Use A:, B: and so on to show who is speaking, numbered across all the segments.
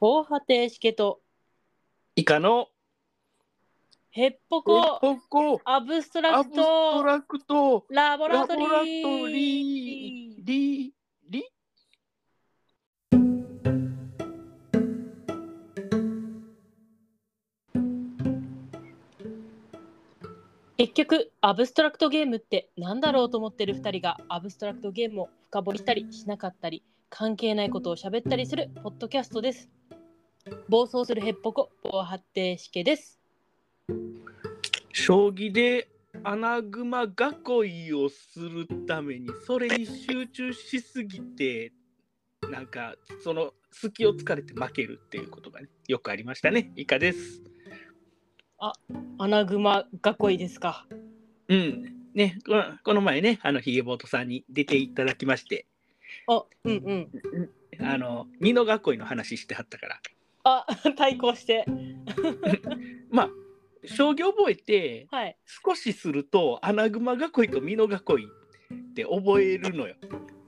A: 防波堤しけと
B: イカの
A: ヘッポ
B: ポ
A: コ
B: ッコ
A: アブストラ
B: ア
A: ク
B: ブスト
A: ト
B: ラクト
A: ラボ
B: ラ
A: ラ
B: ボ
A: ト
B: ラ
A: リー
B: トリーリリ
A: 結局アブストラクトゲームってなんだろうと思ってる2人がアブストラクトゲームを深掘りしたりしなかったり関係ないことを喋ったりするポッドキャストです暴走するヘッポコ防波堤しけです
B: 将棋で穴熊囲いをするためにそれに集中しすぎてなんかその隙を突かれて負けるっていうことがねよくありましたねイカです
A: 穴熊囲いですか
B: うんねこのこの前ねあのヒゲボートさんに出ていただきまして
A: あうんうん
B: あの美濃囲いの話してはったから
A: あ 対抗して
B: まあ将棋覚えて
A: はい
B: 少しすると穴熊囲いと美濃囲いって覚えるのよ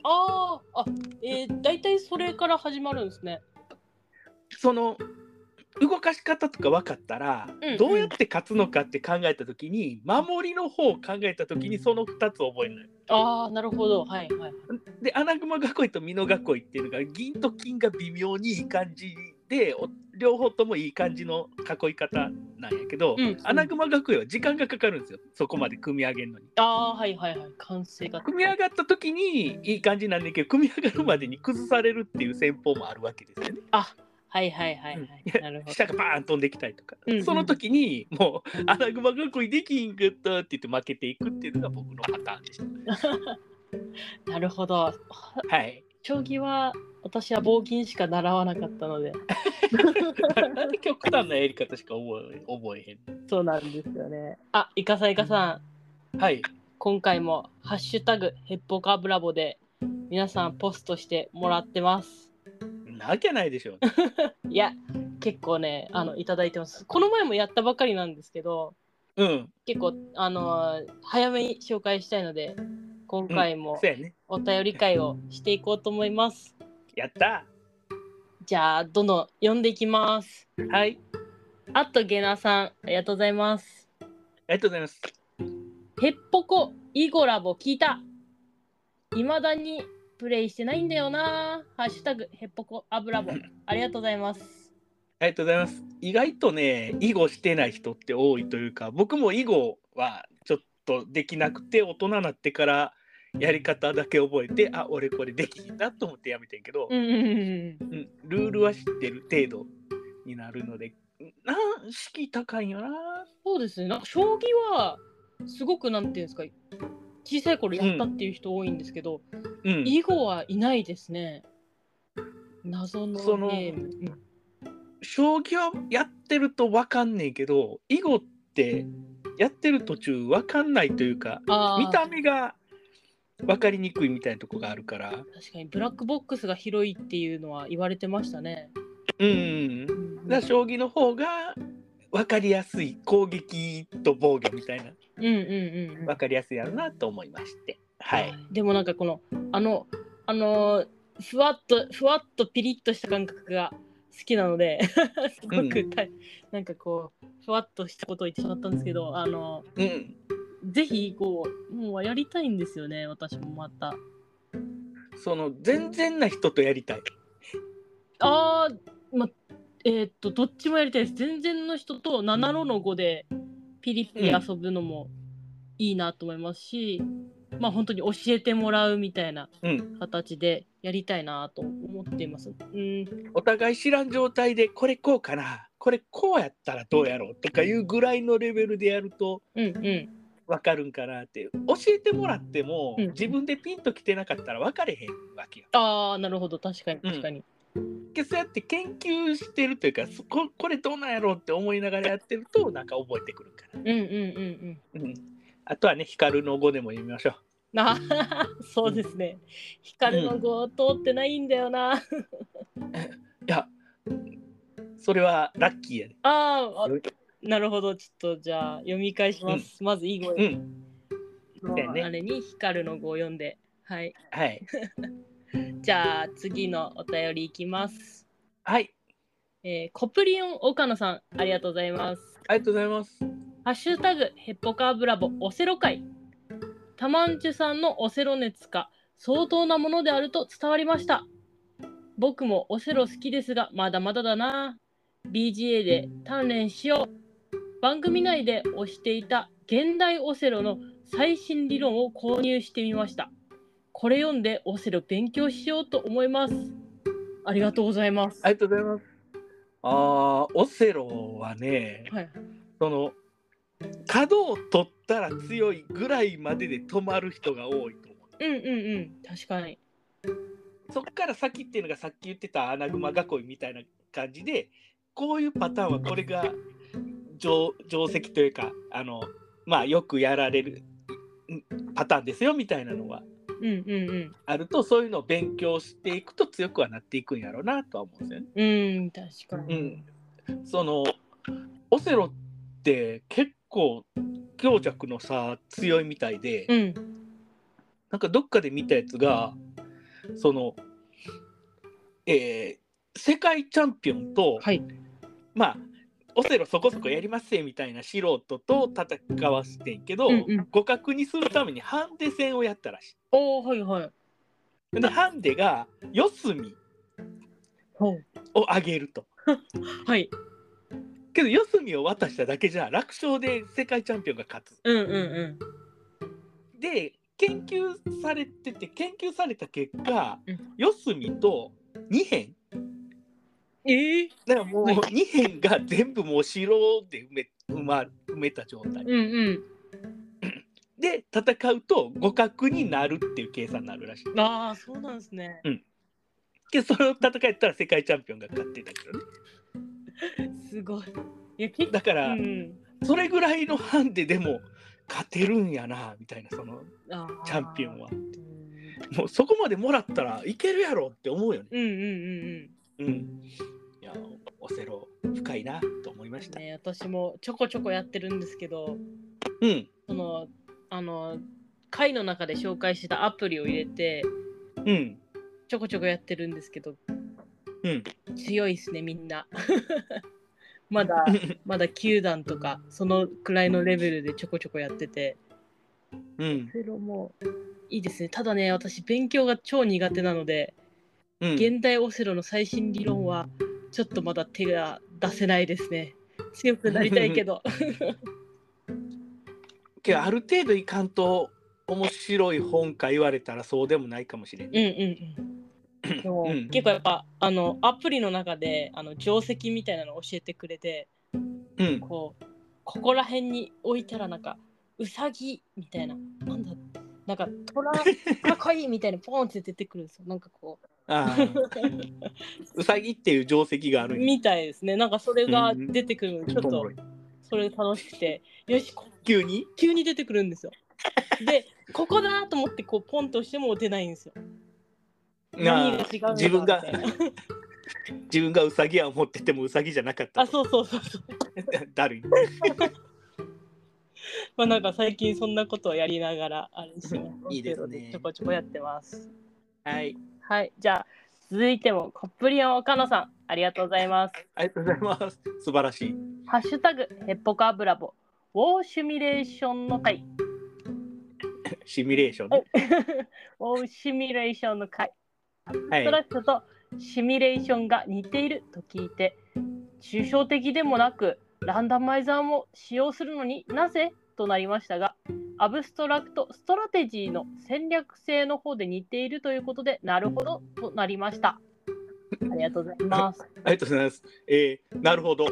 A: あーあえー、大体それから始まるんですね
B: その動かし方とか分かったら、
A: うんうん
B: どうやって勝つのかって考えた時に守りの方を考えた時にその2つ覚えるのよ。
A: ああなるほどはいはい
B: で穴熊囲いと美濃囲いっていうのが銀と金が微妙にいい感じでお両方ともいい感じの囲い方なんやけど、
A: うんうん
B: 穴熊囲いは時間がかかるんですよそこまで組み上げるのに。
A: ああーはいはいはい完成が
B: 組み上がった時にいい感じなんだけど組み上がるまでに崩されるっていう戦法もあるわけですよね。
A: あはいはいはいはいなるほど
B: 下がバーン飛んできたりとか、
A: うんうん
B: その時にもう穴熊囲いできんかったって言って負けていくっていうのが僕のパターンでした。
A: なるほど
B: はい。
A: 将棋は私は棒銀しか習わなかったので
B: なんで極端なやり方しか覚え覚え
A: そうなんですよねあイカさんイカさん
B: へん。はい。
A: 今回も「ハッシュタグヘッポカブラボ」で皆さんポストしてもらってます
B: なわけないでしょう、
A: いや結構ねあのいただいてますこの前もやったばかりなんですけど
B: うん。
A: 結構あのー早めに紹介したいので今回も
B: そうやね。
A: お便り会をしていこうと思います。
B: やった
A: じゃあどんどん読んでいきます。
B: ー。はい。
A: あとゲナさんありがとうございます。
B: ありがとうございます。
A: ヘッポコイゴラボ聞いた。未だにプレイしてないんだよな。ハッシュタグヘッポコアブラボありがとうございます。
B: ありがとうございます。意外とね、囲碁してない人って多いというか、僕も囲碁はちょっとできなくて、大人になってからやり方だけ覚えて、あ、俺これできひんなと思ってやめてんけど、
A: うんうんうんうん。
B: うん、ルールは知ってる程度になるので、な敷居高いよな。
A: そうですね。なんか将棋はすごくなんていうんですか。小さい頃やったっていう人多いんですけど、
B: うん、
A: 囲碁はいないですね。謎の
B: その
A: ゲーム。うん
B: 将棋はやってると分かんねえけど、囲碁ってやってる途中分かんないというか、
A: あー
B: 見た目が分かりにくいみたいなとこがあるから、
A: 確かにブラックボックスが広いっていうのは言われてましたね。
B: うん。だから将棋の方が分かりやすい攻撃と防御みたいな
A: うんうんうんうん、
B: 分かりやすいやろなと思いましてはい。
A: でもなんかこのあのあのーふわっとふわっとピリッとした感覚が好きなので すごくた、なんかこうふわっとしたことを言ってしまったんですけどあの
B: うん、
A: ぜひこうもうやりたいんですよね私もまた。
B: その全然な人とやりたい
A: あー、ま、えーっとどっちもやりたいです。全然の人と7路の5でピリピリ遊ぶのもいいなと思いますし、まあ本当に教えてもらうみたいな
B: うん
A: 形でやりたいなと思っています。うん、
B: お互い知らん状態でこれこうかなこれこうやったらどうやろうとかいうぐらいのレベルでやると
A: うん、うん。
B: 分かるんかなって教えてもらっても
A: うん
B: 自分でピンときてなかったら分かれへんわけよ。
A: ああ、なるほど。確かに、確かに。
B: けどそうやって研究してるというかそここれどうなんやろうって思いながらやってるとなんか覚えてくるから。
A: うん、うん、うん、
B: うん、あとはね、光の語でも読みましょ
A: うん。あー そうですね。光の5通ってないんだよな。
B: う。いや、それはラッキーやね。
A: あーあ、なるほど。ちょっとじゃあ読み返します。まず、いい声
B: う。ん、
A: の
B: だよね
A: あれに光るの語を読んで、はい。
B: はい。
A: じゃあ次のお便りいきます。
B: はい。
A: えーコプリオン岡野さんありがとうございます
B: ありがとうございます。
A: ハッシュタグヘッポカーブラボオセロ会タマンチュさんのオセロ熱か相当なものであると伝わりました僕もオセロ好きですがまだまだだな BGA で鍛錬しよう番組内で推していた現代オセロの最新理論を購入してみましたこれ読んでオセロ勉強しようと思いますありがとうございます
B: ありがとうございます。ああ、オセロはね、
A: はい
B: その角を取ったら強いぐらいまでで止まる人が多いと思う。
A: うんうんうん確かに
B: そっから先っていうのがさっき言ってたアナグマ囲いみたいな感じでこういうパターンはこれが定定石というかあのまあよくやられるんパターンですよみたいなのは
A: うんうんうん
B: あるとそういうのを勉強していくと強くはなっていくんやろうなとは思うんですよね。
A: うん確かに
B: うん、そのオセロって結構強弱の差強いみたいで、
A: うん
B: なんかどっかで見たやつがそのえー世界チャンピオンと、
A: はい。
B: まあオセロそこそこやりますぜみたいな素人と戦わしてんけど、
A: うんうん
B: 互角にするためにハンデ戦をやったらし
A: おお、はいはい。
B: い。でハンデが四隅
A: ほう
B: を上げると。
A: はい。
B: けど四隅を渡しただけじゃ楽勝で世界チャンピオンが勝つ。
A: うんうん
B: で研究されてて研究された結果、
A: うん
B: 四隅と2辺
A: うん。ええ
B: だからもう
A: はい
B: 2辺が全部もう白で埋め埋ま埋めた状態
A: うん
B: で戦うと互角になるっていう計算になるらしい
A: うん。ああ、そうなんですね。
B: けどその戦いやったら世界チャンピオンが勝ってたけどね
A: すごい。いや、結構。
B: だか
A: う
B: ら
A: ん。
B: それぐらいのハンデでも勝てるんやなみたいなその
A: あー
B: チャンピオンは
A: うん
B: もうそこまでもらったらいけるやろって思うよね
A: うんうんうん
B: うんいやオセロ深いなと思いまし
A: うん。
B: た、
A: ね、私もちょこちょこやってるんですけど、
B: うん
A: その、あの、会の中で紹介したアプリを入れて、
B: うん
A: ちょこちょこやってるんですけど、
B: うん
A: 強いっすね、みんな。 まだ、まだ9段とか、そのくらいのレベルでちょこちょこやってて。
B: うん、
A: ゼロもいいですね。ただね、私、勉強が超苦手なので、
B: うん、
A: 現代オセロの最新理論は、ちょっとまだ手が出せないですね。強くなりたいけ ど。
B: けどある程度いかんと面白い本か言われたらそうでもないかもしれん
A: うんうんうん。でも、
B: うん
A: 結構やっぱ、あの、アプリの中で、あの、定石みたいなのを教えてくれて、
B: うん
A: こう、ここら辺に置いたら、なんか、うさぎみたいな、なんだ、なんか、 虎、かっこいいみたいな、ポンって出てくるんですよ。なんかこう、
B: ああうさぎっていう定石があるんや
A: みたいですね。なんか、それが出てくるので、ちょっ
B: おも
A: と
B: ろ。い
A: それ楽しくてよしこ
B: 急に
A: 急に出てくるんですよでここだと思ってこうポンと押しても出ないんですよ何が違うのか
B: 自分が
A: みたいな
B: 自分がうさぎは思っててもうさぎじゃなかった
A: あそうそうそうそう
B: だるい
A: まあなんか最近そんなことをやりながらあれしてます
B: いいですね
A: ちょこちょこやってます
B: はい
A: はいじゃあ続いてもコップリオン岡野さんありがとうございます
B: ありがとうございます素晴らしい
A: ハッシュタグヘッポカブラボウォーシミュレーションの回
B: シミュレーションね
A: ウォーシミュレーションの回
B: はい
A: トラックとシミュレーションが似ていると聞いて抽象的でもなくランダマイザーも使用するのになぜとなりましたがアブストラクト・ストラテジーの戦略性の方で似ているということでなるほどとなりました。ありがとうございます。
B: ありがとうございますえー、なるほど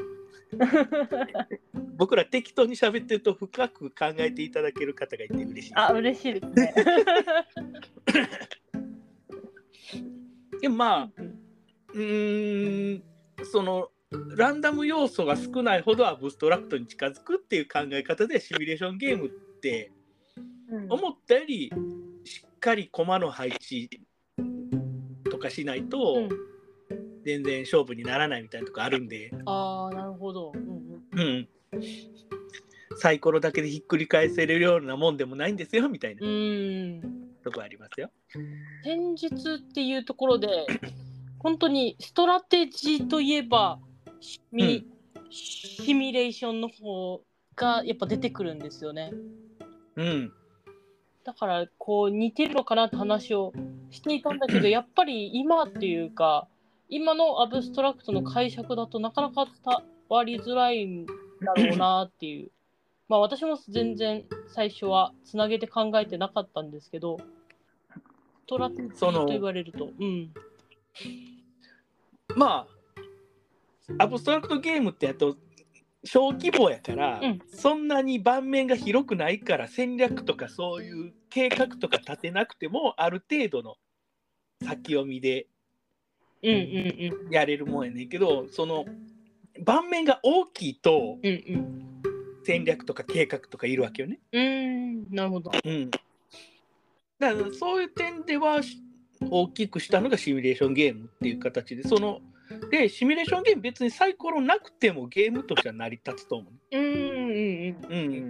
B: 僕ら適当に喋ってると深く考えていただける方がいて嬉しいです
A: あ嬉しいですね。
B: でもまあうーんそのランダム要素が少ないほどアブストラクトに近づくっていう考え方でシミュレーションゲームって
A: うん
B: 思ったよりしっかり駒の配置とかしないと
A: うん
B: 全然勝負にならないみたいなとこあるんで、
A: ああなるほど。うんうん
B: うん、サイコロだけでひっくり返せるようなもんでもないんですよみたい
A: う
B: な
A: ーん
B: とこありますよ。
A: 戦術っていうところで本当にストラテジーといえばシミ,、シミュレーションの方がやっぱ出てくるんですよね。
B: うん。
A: だからこう似てるのかなって話をしていたんだけどやっぱり今っていうか今のアブストラクトの解釈だとなかなか伝わりづらいんだろうなっていうまあ私も全然最初はつなげて考えてなかったんですけどトラピ
B: その
A: と言われるとうん
B: まあ、アブストラクトゲームってやっと小規模やから、
A: うん
B: そんなに盤面が広くないから戦略とかそういう計画とか立てなくてもある程度の先読みで
A: うんうん
B: やれるもんやねんけどその盤面が大きいと
A: うんうんうん
B: 戦略とか計画とかいるわけよね。
A: うーんなるほど
B: うん、だからそういう点ではし大きくしたのがシミュレーションゲームっていう形でそのでシミュレーションゲーム別にサイコロなくてもゲームとしては成り立つと思うね。
A: うんうんうん
B: う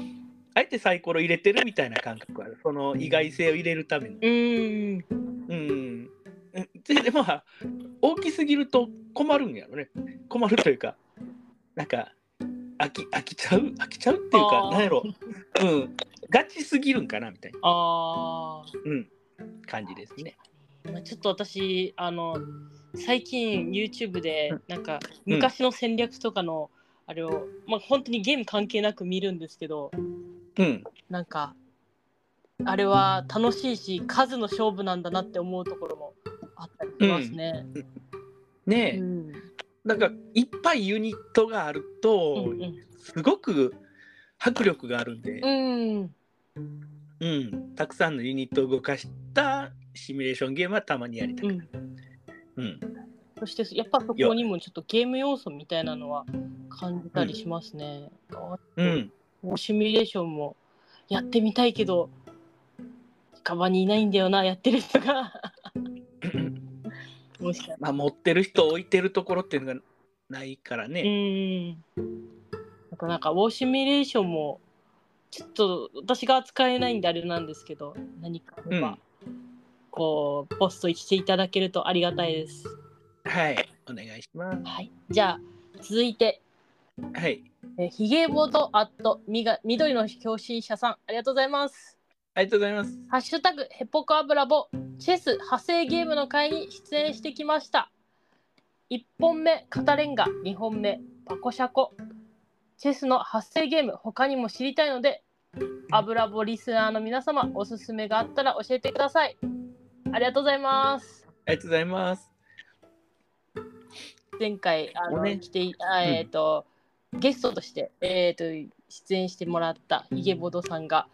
B: んあえてサイコロ入れてるみたいな感覚あるその意外性を入れるための。
A: うーん
B: うんででまあ大きすぎると困るんやろね困るというかなんか飽き飽きちゃう飽きちゃうっていう
A: あ
B: か
A: ー
B: なんやろうんガチすぎるんかなみたいな、
A: ああ
B: うん、感じですね。
A: まあ、ちょっと私あの最近 YouTube で
B: うん
A: なんか
B: うん
A: 昔の戦略とかのあれを、まあ、本当にゲーム関係なく見るんですけど
B: うん
A: なんかあれは楽しいし数の勝負なんだなって思うところもあったりしますね。
B: ねえ、
A: うん
B: なんかいっぱいユニットがあると、
A: うん
B: すごく迫力があるんで、
A: うん
B: うん、たくさんのユニットを動かしたシミュレーションゲームはたまにやりた
A: う
B: い。
A: ん
B: うん、
A: そしてやっぱそこにもちょっとゲーム要素みたいなのは感じたりしますね。あ
B: うん、
A: もうシミュレーションもやってみたいけど近場にいないんだよなやってる人 がもしかしたら
B: まあ持ってる人置いてるところっていうのがないから
A: う
B: ね。
A: ーんあとなんかウォーシミュレーションもちょっと私が扱えないんであれなんですけど何かあれば、
B: うん
A: こうポストしていただけるとありがたいです
B: はい、お願いします。
A: はいじゃあ続いて
B: はい、
A: えーひげぼとアットみが緑の教師者さんありがとうございます
B: ありがとうございます。
A: ハッシュタグヘポコアブラボチェス派生ゲームの会に出演してきました。1本目カタレンガ、2本目パコシャコ。チェスの発生ゲーム他にも知りたいので、アブラボリスナーの皆様おすすめがあったら教えてください。ありがとうございます。
B: ありがとうございます。
A: 前回あの、
B: ね
A: 来ていあ
B: うん
A: えっ、と、ゲストとしてえっ、と出演してもらったイゲボドさんが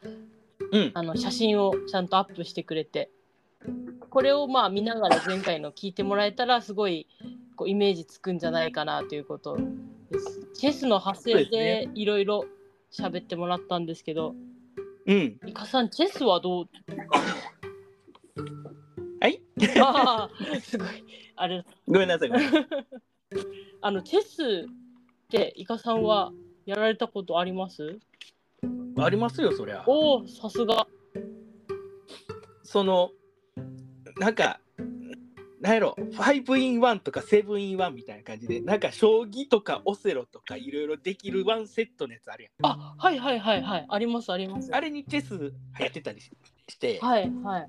B: うん、
A: あの写真をちゃんとアップしてくれてこれをまあ見ながら前回の聞いてもらえたらすごいこうイメージつくんじゃないかなということです。チェスの発生
B: そうで
A: でいろいろ喋ってもらったんですけど、
B: うん、
A: イカさんチェスはどう？
B: はい、
A: ああすごいあれ
B: ごめんなさい。ごめん なさい
A: あのチェスってイカさんはやられたことあります？
B: ありますよ、そりゃ。
A: おおさすが。
B: その、なんか。なんやろ5 in 1とか7 in 1みたいな感じでなんか将棋とかオセロとかいろいろできるワンセットのやつあるや
A: あはいはいはいはいありますあります。
B: んあれにチェス入ってたりしして、
A: はいはい。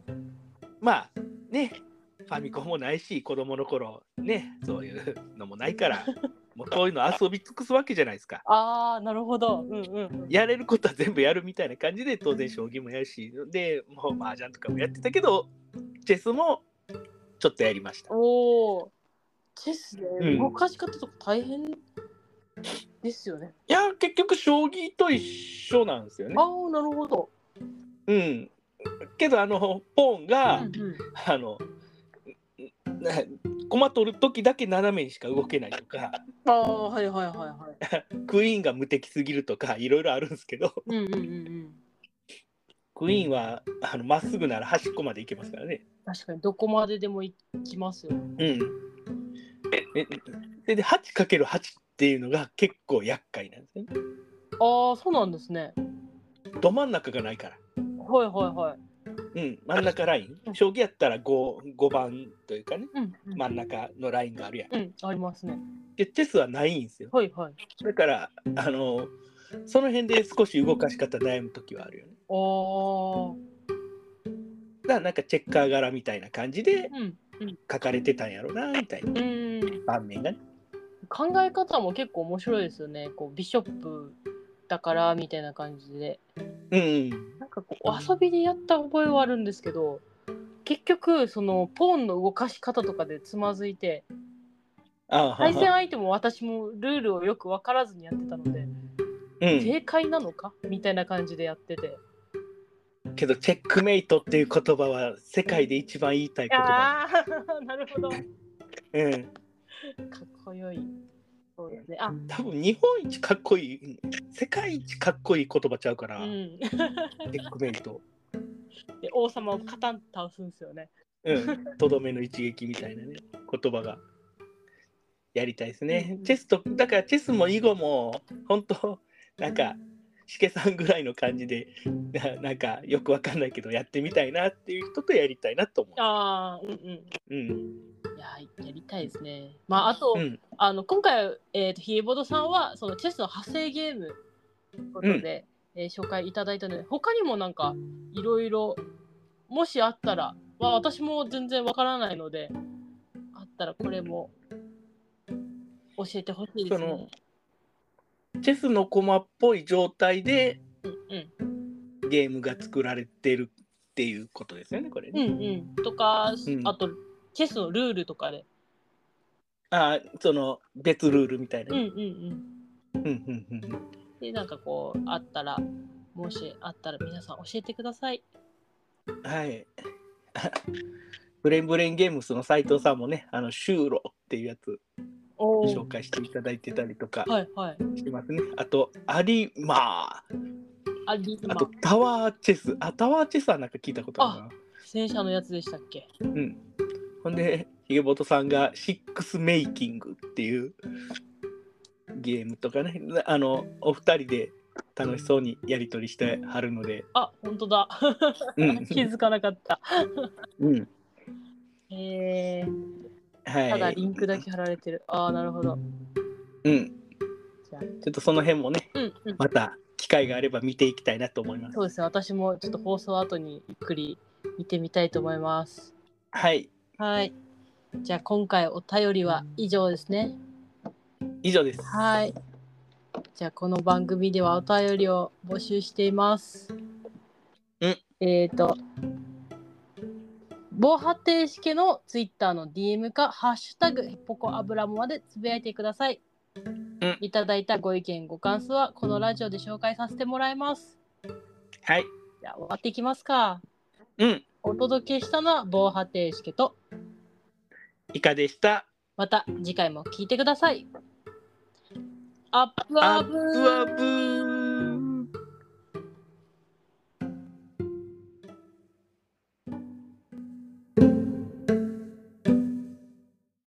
B: まあねファミコンもないし子供の頃ねそういうのもな いからもうこういうの遊び尽くすわけじゃないですか
A: ああなるほど。うんうんうん。
B: やれることは全部やるみたいな感じで当然将棋もやるしでもう麻雀とかもやってたけどチェスもちょっとやりました
A: おお。チェス
B: う
A: ね、
B: ん
A: 動かし方とか大変ですよね。
B: いや結局将棋と一緒なんですよね
A: ああ、なるほど。
B: うんけどあのポーンが、
A: うんうん
B: あのな駒取る時だけ斜めにしか動けないとか
A: ああ、はいはいはいはい。
B: クイーンが無敵すぎるとかいろいろあるんですけど
A: うんうんうんうん。
B: クイーンはあのまっすぐなら端っこまで行けますからね。
A: 確かにどこまででも行きますよ。
B: うん。えでで 8×8 っていうのが結構厄介なんですね。
A: ああ、そうなんですね。
B: ど真ん中がないから。
A: はいはいはい。
B: うん、真ん中ライ
A: うん
B: ン。将棋やったら 5, 5番というかね
A: うん、うん
B: 真ん中のラインがあるやん。
A: うん、ありますね。
B: ってチェスはないんですよ。
A: はいはい。
B: だから、あの、その辺で少し動かし方悩む時はあるよね。
A: おー。
B: だからなんかチェッカー柄みたいな感じで
A: うん。
B: 書かれてたんやろなみたいな
A: うん。
B: 盤面がね。
A: 考え方も結構面白いですよね。こうビショップだからみたいな感じで。
B: うんうん。
A: なんかこう遊びでやった覚えはあるんですけど、結局そのポーンの動かし方とかでつまずいて、
B: ああ
A: 対戦相手も私もルールをよく分からずにやってたので、
B: うん、
A: 正解なのかみたいな感じでやってて。
B: けどチェックメイトっていう言葉は世界で一番言いたい言葉、
A: ああ、 なるほど。か
B: うん、
A: っこよい。そうですね。あ、
B: 多分日本一かっこいい世界一かっこいい言葉ちゃうから、
A: うん。
B: チェックメイト
A: で王様をカタンと倒すんですよね。
B: うんとど、めの一撃みたいなね言葉がやりたいですね、
A: うん
B: チェスとだからチェスも囲碁も本当なんかしけさんぐらいの感じでななんかよくわかんないけどやってみたいなっていう人とやりたいなと思
A: ああ、うんうん。
B: う、うん
A: いや、やりたいですね。まあ、あと、
B: うん、
A: あの今回、えー、とヒエボドさんはそのチェスの派生ゲームということで、えー紹介いただいたので他にもなんかいろいろもしあったら、まあ、私も全然わからないのであったらこれも教えてほしいですね。
B: チェスの駒っぽい状態で
A: うんうん
B: ゲームが作られてるっていうことですよね、これ
A: う
B: ね。
A: んうん、とか、
B: うん
A: あとチェスのルールとかで。
B: あーその別ルールみたい
A: うん
B: な。
A: うん
B: う
A: うん、
B: んうんうん
A: でなんかこうあったらもしあったら皆さん教えてください。
B: うんはい。 あブレンブレンゲームスの斉藤さんもね、あの修路っていうやつ
A: お
B: 紹介していただいてたりとか
A: はいはい。
B: してますね。あと、アリマー、
A: あリズマ
B: あとタワーチェス。あ、タワーチェスはなんか聞いたことあるな。
A: 戦車のやつでしたっけ
B: うん。ほんで、ひげぼとさんがシックスメイキングっていうゲームとかね、あの、お二人で楽しそうにやりとりしてはるので、
A: あ本当だ
B: うん。
A: 気づかなかった
B: うん。
A: へえ
B: はい。
A: ただリンクだけ貼られてる、ああなるほど
B: うん。
A: じゃあ
B: ちょっとその辺もね、
A: うんうん
B: また機会があれば見ていきたいなと思います
A: そう。ですね私もちょっと放送後にゆっくり見てみたいと思います
B: はい。
A: はいじゃあ今回お便りは以上ですね
B: 以上です。
A: はいじゃあこの番組ではお便りを募集しています
B: うん
A: えっ、と防波堤式のツイッターの DM か「ハッシュタグヘッポコ油もま」でつぶやいてください、
B: うん
A: いただいたご意見ご感想はこのラジオで紹介させてもらいます
B: はい。
A: じゃあ終わっていきますか
B: うん。
A: お届けしたのは防波堤式と
B: 以下でした。
A: また次回も聞いてくださいアップア
B: ア
A: ッ
B: ッ
A: プ
B: プアップ